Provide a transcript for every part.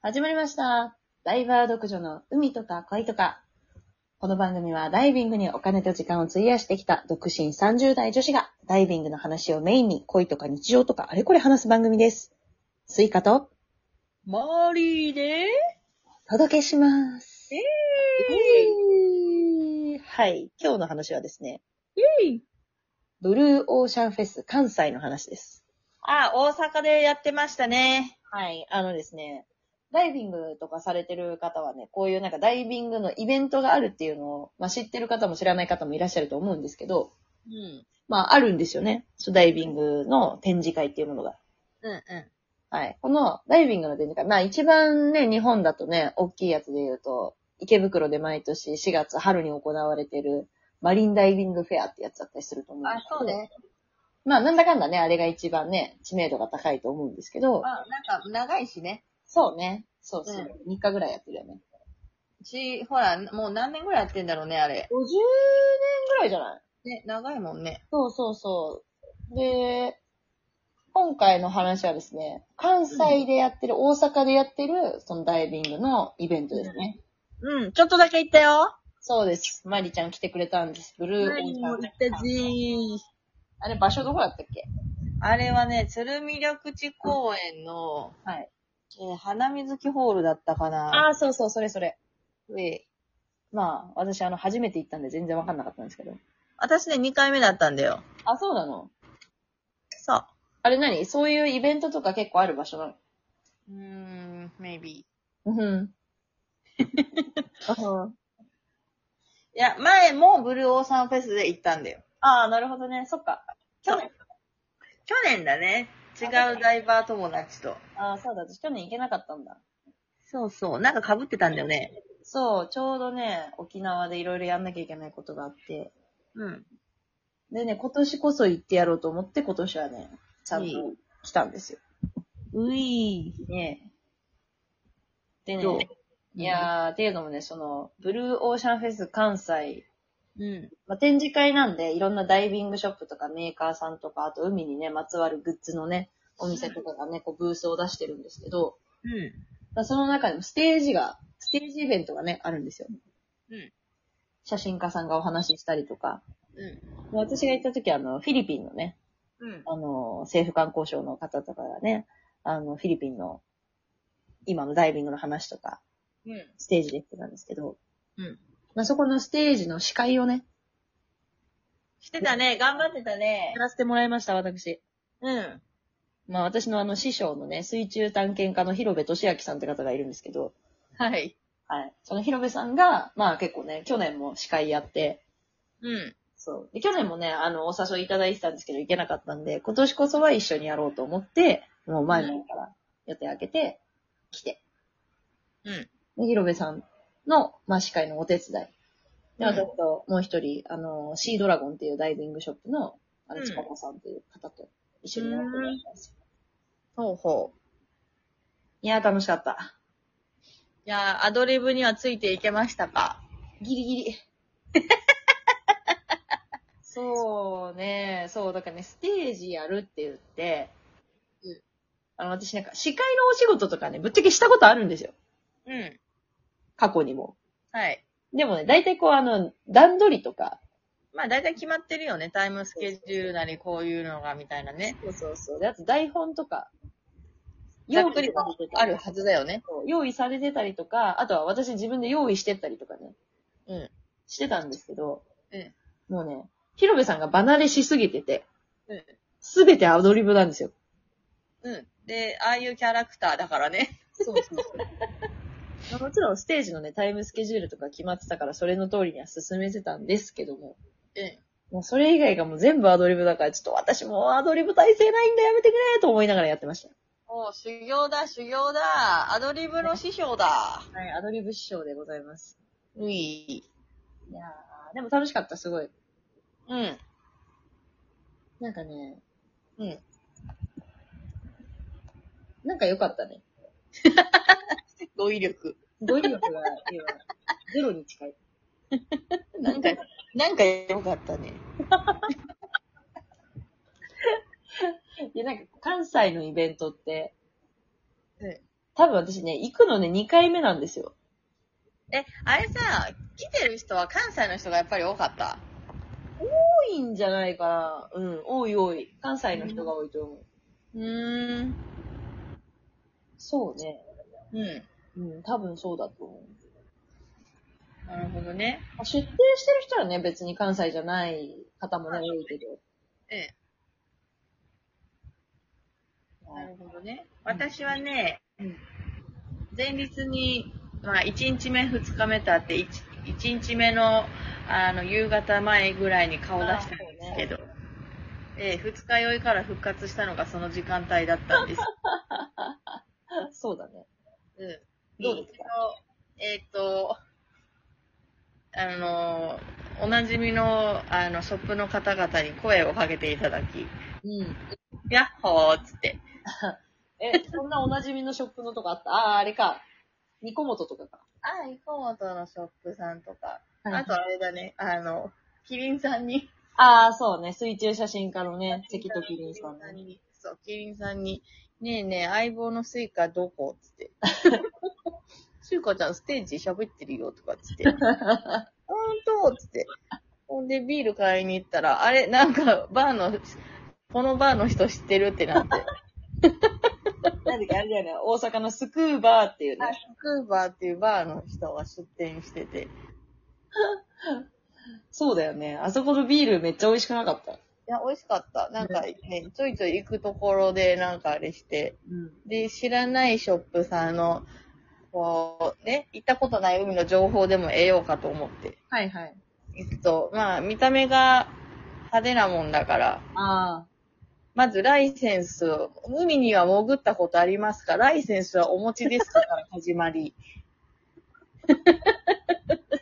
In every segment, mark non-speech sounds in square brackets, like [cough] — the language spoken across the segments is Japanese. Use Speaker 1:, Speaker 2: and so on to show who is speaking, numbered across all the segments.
Speaker 1: 始まりました。ダイバー独女の海とか恋とか。この番組はダイビングにお金と時間を費やしてきた独身30代女子がダイビングの話をメインに恋とか日常とかあれこれ話す番組です。スイカと
Speaker 2: マーリーで、
Speaker 1: お届けします。
Speaker 2: え
Speaker 1: イエーイはい。今日の話はですね、
Speaker 2: ーイ
Speaker 1: ブルーオーシャンフェス関西の話です。
Speaker 2: あ、大阪でやってましたね。
Speaker 1: はい、あのですね、ダイビングとかされてる方はね、こういうなんかダイビングのイベントがあるっていうのを、まあ、知ってる方も知らない方もいらっしゃると思うんですけど、
Speaker 2: うん。
Speaker 1: まあ、あるんですよね。そうダイビングの展示会っていうものが。
Speaker 2: うんう
Speaker 1: はい。このダイビングの展示会、まあ一番ね、日本だとね、大きいやつで言うと、池袋で毎年4月春に行われてるマリンダイビングフェアってやつだったりすると思うんで
Speaker 2: ん。
Speaker 1: す
Speaker 2: あ、
Speaker 1: けど。
Speaker 2: そうね。
Speaker 1: まあなんだかんだね、あれが一番ね、知名度が高いと思うんですけど、
Speaker 2: あ、なんか長いしね。
Speaker 1: そうね。そうそうう。
Speaker 2: ん
Speaker 1: 3日ぐらいやってるよね。
Speaker 2: うち、ほら、もう何年ぐらいやってんだろうね、あれ。
Speaker 1: 50年ぐらいじゃない
Speaker 2: ね、長いもんね。
Speaker 1: そうそうそう。で、今回の話はですね、関西でやってる、大阪でやってる、そのダイビングのイベントですね。
Speaker 2: うん、ちょっとだけ行ったよ。
Speaker 1: そうです。マリちゃん来てくれたんです。ブルーオーシャンフェス
Speaker 2: じ
Speaker 1: あれ、場所どこだったっけ
Speaker 2: あれはね、鶴見緑地公園の、
Speaker 1: はい。
Speaker 2: えー花水木ホールだったかな。
Speaker 1: ああ、そうそう、それそれ。
Speaker 2: え
Speaker 1: まあ、私、あの、初めて行ったんで全然わかんなかったんですけど。
Speaker 2: 私ね、2回目だったんだよ。
Speaker 1: あ、そうなの
Speaker 2: そ
Speaker 1: あれ何そういうイベントとか結構ある場所なの
Speaker 2: う。うーん、maybe。
Speaker 1: うん。
Speaker 2: いや、前もブルーオーサンフェスで行ったんだよ。
Speaker 1: [laughs] ああ、なるほどね。そっか。去年
Speaker 2: 去年だね。違うダイバー友達と。
Speaker 1: ああ、そうだ、私去年行けなかったんだ。
Speaker 2: そうそう。なんか被ってたんだよね。
Speaker 1: そう、ちょうどね、沖縄でいろいろやんなきゃいけないことがあって。
Speaker 2: うん。
Speaker 1: でね、今年こそ行ってやろうと思って、今年はね、ちゃんと
Speaker 2: いい
Speaker 1: 来たんですよ。
Speaker 2: うい
Speaker 1: ねえで
Speaker 2: どう
Speaker 1: ね、いやー、っていうのもね、その、ブルーオーシャンフェス関西、
Speaker 2: うん。
Speaker 1: まあ、展示会なんで、いろんなダイビングショップとかメーカーさんとか、あと海にね、まつわるグッズのね、お店とかがね、こうブースを出してるんですけど、
Speaker 2: うん。
Speaker 1: だからその中でもステージが、ステージイベントがね、あるんですよ。
Speaker 2: うん。
Speaker 1: 写真家さんがお話ししたりとか。
Speaker 2: う
Speaker 1: で私が行った時は、あの、フィリピンのね、
Speaker 2: ん。うん。
Speaker 1: あの、政府観光省の方とかがね、あの、フィリピンの、今のダイビングの話とか、
Speaker 2: うん。
Speaker 1: ステージで言ってたんですけど、
Speaker 2: うん。
Speaker 1: まあ、そこのステージの司会をね、
Speaker 2: してたね。頑張ってたね
Speaker 1: や。らせてもらいました、私。
Speaker 2: うん。
Speaker 1: まあ、私のあの、師匠のね、水中探検家の広部俊明さんって方がいるんですけど、
Speaker 2: はい。
Speaker 1: はい。その広部さんが、まあ結構ね、去年も司会やって、
Speaker 2: うん。
Speaker 1: そう。で、去年もね、あの、お誘いいただいてたんですけど、行けなかったんで、今年こそは一緒にやろうと思って、もう前々から予定開けて、来て。
Speaker 2: うん。
Speaker 1: で、広部さんの、まあ、司会のお手伝い。で、
Speaker 2: うん
Speaker 1: 私と、もう一人、あの、シードラゴンっていうダイビングショップの、あ
Speaker 2: う
Speaker 1: の、
Speaker 2: ん
Speaker 1: ちかこさんっていう方と一緒にやってもらったんですよ。
Speaker 2: ほうほう。
Speaker 1: いやー、楽しかった。
Speaker 2: いやーアドリブにはついていけましたか
Speaker 1: ギリギリ。 [laughs] そうね、そう、だからね、ステージやるって言って、
Speaker 2: うん
Speaker 1: あの、私なんか、司会のお仕事とかね、ぶっちゃけしたことあるんですよ。
Speaker 2: うん。
Speaker 1: 過去にも。
Speaker 2: はい。
Speaker 1: でもね、大体こう、あの、段取りとか、
Speaker 2: まあ大体決まってるよね。タイムスケジュールなりこういうのがみたいなね。
Speaker 1: そうそうそう。で、あと台本とか、
Speaker 2: ざっくり
Speaker 1: されてた
Speaker 2: あるはずだよね。
Speaker 1: そう用意されてたりとか、あとは私自分で用意してったりとかね、
Speaker 2: うん。
Speaker 1: してたんですけど、
Speaker 2: うん
Speaker 1: もうね、広部さんが離れしすぎてて、
Speaker 2: うん。
Speaker 1: すべてアドリブなんですよ。
Speaker 2: うん。で、ああいうキャラクターだからね。
Speaker 1: そうそうそう。 [laughs] もちろんステージのね、タイムスケジュールとか決まってたから、それの通りには進めてたんですけども、
Speaker 2: うん。
Speaker 1: もうそれ以外がもう全部アドリブだから、ちょっと私もうアドリブ体制ないんだやめてくれと思いながらやってました。
Speaker 2: [laughs] おう、修行だ、修行だ。アドリブの師匠だ。
Speaker 1: はい、アドリブ師匠でございます。
Speaker 2: うい。
Speaker 1: いやー、でも楽しかった、すごい。
Speaker 2: うん。
Speaker 1: なんかね、
Speaker 2: うん。
Speaker 1: なんか良かったね。
Speaker 2: 語彙力。
Speaker 1: 語彙力が今、ゼロに近い。
Speaker 2: なんか、なんか良かったね。
Speaker 1: いや、なんか関西のイベントって、
Speaker 2: え
Speaker 1: 多分私ね、行くのね、2回目なんですよ。
Speaker 2: え、あれさ、来てる人は関西の人がやっぱり多かった。
Speaker 1: 多いんじゃないかな。うん、多い多い。関西の人が多いと思う。
Speaker 2: うーん。
Speaker 1: そうね。
Speaker 2: うん。
Speaker 1: うん、多分そうだと思う。
Speaker 2: なるほどね。
Speaker 1: まあ出店してる人はね、別に関西じゃない方もね、多いけど。
Speaker 2: ええ。なるほどね。私はね、
Speaker 1: うん
Speaker 2: 前日に、まあ、1日目、2日目とあって、1, 日目のあの夕方前ぐらいに顔出したんですけど、ええ二日酔いから復活したのがその時間帯だったんです。
Speaker 1: そうだね。
Speaker 2: うん、
Speaker 1: どうですか
Speaker 2: えっ、と、あの、おなじみのあのショップの方々に声をかけていただき、
Speaker 1: うん。
Speaker 2: ヤッホーっつって、
Speaker 1: え、そんなおなじみのショップのとかあったああ、あれか。ニコモトとかか。
Speaker 2: あ、イコモトのショップさんとか、
Speaker 1: あ
Speaker 2: あとあれだね、あの、キリンさんに、
Speaker 1: あー、そうね。水中写真家のね、関とキリンさんね。
Speaker 2: に、そう、キリンさんに、ねえねえ、相棒のスイカどこつって。シュウカちゃんステージ喋ってるよとかつって。ほんとつって。ほんでビール買いに行ったら、あれなんかバーの、このバーの人知ってるってなって。
Speaker 1: なんだっけ、あれだよね。大阪のスクーバーっていうね。
Speaker 2: あ、スクーバーっていうバーの人が出店してて。
Speaker 1: そうだよね。あそこのビールめっちゃ美味しくなかった。
Speaker 2: いや、美味しかった。なんかね、ちょいちょい行くところでなんかあれして。
Speaker 1: うん。
Speaker 2: で、知らないショップさんの、こう、ね、行ったことない海の情報でも得ようかと思って。
Speaker 1: はいはい。
Speaker 2: 行くと、まあ、見た目が派手なもんだから、
Speaker 1: ああ。
Speaker 2: まずライセンスを、海には潜ったことありますかライセンスはお持ちですかから始ま [laughs] り。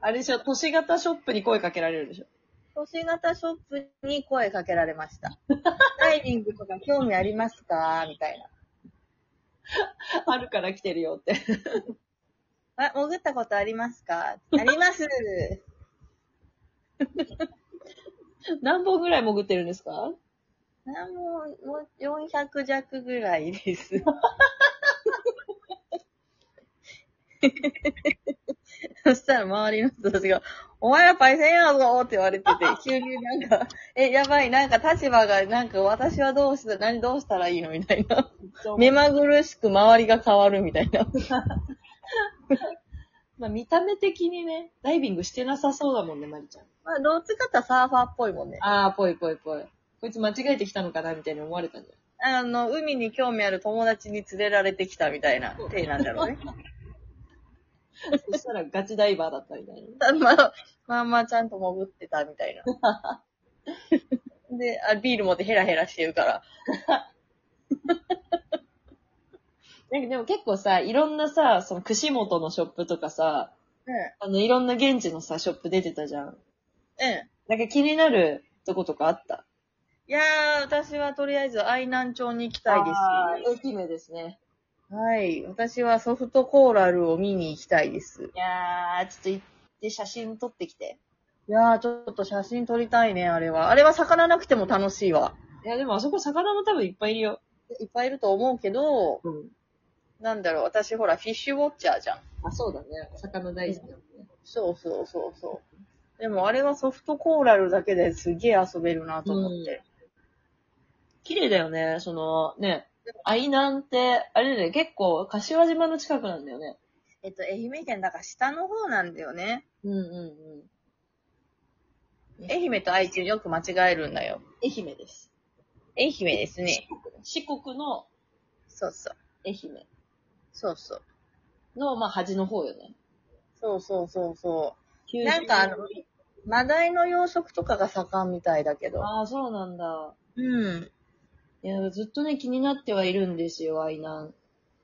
Speaker 1: あれでしょ、都市型ショップに声かけられるでし [laughs] ょ。
Speaker 2: 都市型ショップに声かけられました。ダイビングとか興味ありますかみたい
Speaker 1: 春から来てるよって。 [laughs]
Speaker 2: な。あ、潜ったことありますかあります
Speaker 1: 何本ぐらい潜ってるんですか
Speaker 2: あもう、もう400弱ぐらいです。 [laughs] そしたら周りの人たちが、お前らパイセンやぞって言われ [laughs] てて、急になんか、え、やばい、なんか立場が、なんか私はどうした、何どうしたらいいのみたいな。目まぐるしく周りが変わるみたいな。
Speaker 1: まあ、見た目的にね、ダイビングしてなさそうだもんね、まりちゃん。
Speaker 2: まあ、どっちかっていうとサーファーっぽいもんね。
Speaker 1: ああ、ぽいぽいぽい。こいつ間違えてきたのかなみたいに思われたん [laughs] じ
Speaker 2: あの、海に興味ある友達に連れられてきたみたいな、手なんだろうね。
Speaker 1: ゃないそしたらガチダイバーだったみたいな。
Speaker 2: [laughs] まあ、まあまあちゃんと潜ってたみたいな。であ、ビール持ってヘラヘラしてるから。
Speaker 1: なんかでも結構さ、いろんなさ、その串本のショップとかさ、
Speaker 2: うん。
Speaker 1: あの、いろんな現地のさ、ショップ出てたじゃん。
Speaker 2: うん。
Speaker 1: なんか気になるとことかあった
Speaker 2: いやー、私はとりあえず愛南町に行きたいです。
Speaker 1: す。愛媛ですね。
Speaker 2: はい。私はソフトコーラルを見に行きたいです。
Speaker 1: いやー、ちょっと行って写真撮ってきて。
Speaker 2: いやー、ちょっと写真撮りたいね、あれは。あれは魚なくても楽しいわ。
Speaker 1: いや、でもあそこ魚も多分いっぱいいるよ。
Speaker 2: いっぱいいると思うけど、
Speaker 1: うん。
Speaker 2: なんだろう、私ほら、フィッシュウォッチャーじゃん。
Speaker 1: あ、そうだね。魚大好きだもんね。
Speaker 2: そうそうそうそう。でもあれはソフトコーラルだけですげえ遊べるなと思って。
Speaker 1: 綺麗だよね、その、ね。愛南って、あれだよね、結構、柏島の近くなんだよね。
Speaker 2: えっと、愛媛県だから下の方なんだよね。
Speaker 1: うんうんうん。
Speaker 2: 愛媛と愛知よく間違えるんだよ。
Speaker 1: 愛媛です。
Speaker 2: 愛媛ですね。
Speaker 1: 四国の
Speaker 2: そうそう。
Speaker 1: 愛媛
Speaker 2: そうそう。
Speaker 1: の、まあ、端の方よね。
Speaker 2: そうそうそうそ
Speaker 1: 九州
Speaker 2: う。なんかあの、マダイの養殖とかが盛んみたいだけど。
Speaker 1: ああ、そうなんだ。
Speaker 2: うん。
Speaker 1: いや、ずっとね、気になってはいるんですよ、愛南。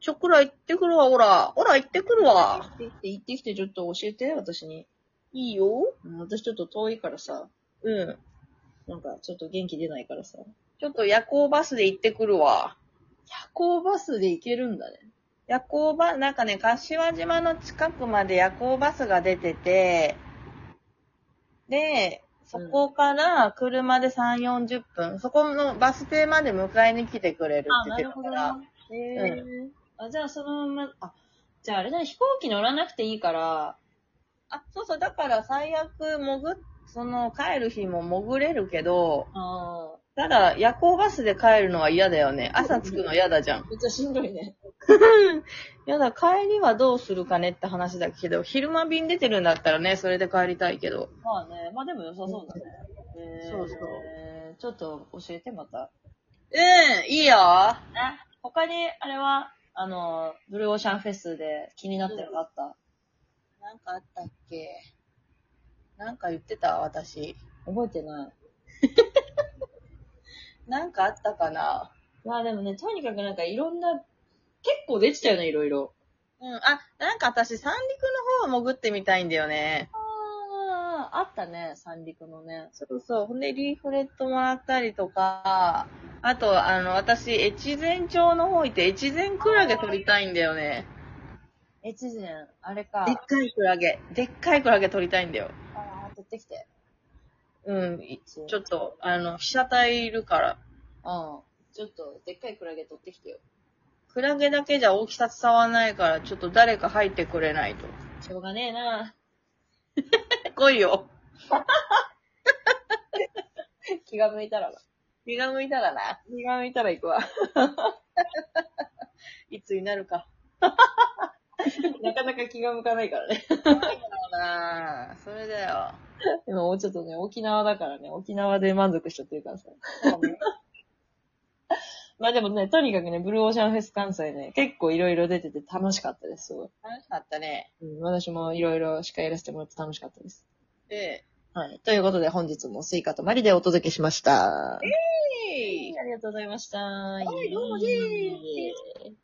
Speaker 2: ちょくら行ってくるわ、ほら。ほら、行ってくるわ。
Speaker 1: 行って、行ってきて、ちょっと教えて、私に。
Speaker 2: いいよ。
Speaker 1: うん私ちょっと遠いからさ、
Speaker 2: うん。
Speaker 1: なんか、ちょっと元気出ないからさ。
Speaker 2: ちょっと夜行バスで行ってくるわ。
Speaker 1: 夜行バスで行けるんだね。
Speaker 2: 夜行バなんかね、柏島の近くまで夜行バスが出てて、で、そこから車で3、40分、そこのバス停まで迎えに来てくれるって言ってたから、
Speaker 1: へえ、あ、あ、じゃあそのまま、あ、じゃああれだね、飛行機乗らなくていいから、
Speaker 2: あ、そうそう、だから最悪潜っ、その帰る日も潜れるけど、
Speaker 1: ああ、
Speaker 2: ただ夜行バスで帰るのは嫌だよね。朝着くの嫌だじゃん。
Speaker 1: めっちゃしんどいね。
Speaker 2: やだ、帰りはどうするかねって話だけど、昼間便出てるんだったらね、それで帰りたいけど。
Speaker 1: まあね、まあでも良さそうだね。えー
Speaker 2: そうそう
Speaker 1: えーちょっと教えてまた。
Speaker 2: うん、いいよ。
Speaker 1: ね、他に、あれは、あの、ブルーオーシャンフェスで気になってるのあった、
Speaker 2: なんかあったっけなんか言ってた私。
Speaker 1: 覚えてない。
Speaker 2: なんかあったかな
Speaker 1: まあでもね、とにかくなんかいろんな、結構出てたよね、いろいろ。
Speaker 2: うん、あ、なんか私、三陸の方を潜ってみたいんだよね。
Speaker 1: ああ、あったね、三陸のね。
Speaker 2: そうそう。ほんで、リーフレットもらったりとか、あと、あの、私、越前町の方行って、越前クラゲ取りたいんだよね。
Speaker 1: 越前、あれか。
Speaker 2: でっかいクラゲ。でっかいクラゲ取りたいんだよ。
Speaker 1: あー取ってきて。
Speaker 2: うん、い
Speaker 1: ちょ
Speaker 2: ちょっと、あの、被写体いるから。
Speaker 1: うん。ちょっと、でっかいクラゲ取ってきてよ。
Speaker 2: クラゲだけじゃ大きさ伝わんないから、ちょっと誰か入ってくれないと。
Speaker 1: しょうがねえな。 [laughs]
Speaker 2: 来いよ。
Speaker 1: 気が向いたらな。
Speaker 2: 気が向いたらな。
Speaker 1: 気が向いたら行くわ。 [laughs]
Speaker 2: いつになるか。
Speaker 1: なかなか気が向かないから [laughs] ね。
Speaker 2: そうだな [laughs] それだよ。
Speaker 1: でももうちょっとね、沖縄だからね、沖縄で満足しちゃってるからさ。まあでもね、とにかくね、ブルーオーシャンフェス関西ね、結構いろいろ出てて楽しかったです、すごい。
Speaker 2: 楽しかったね。
Speaker 1: うん、私もいろいろ司会やらせてもらって楽しかったです。
Speaker 2: で、
Speaker 1: はい。ということで本日もスイカとマリでお届けしました。
Speaker 2: えい
Speaker 1: ありがとうございました。
Speaker 2: いどうも
Speaker 1: イエーイ
Speaker 2: イエーイ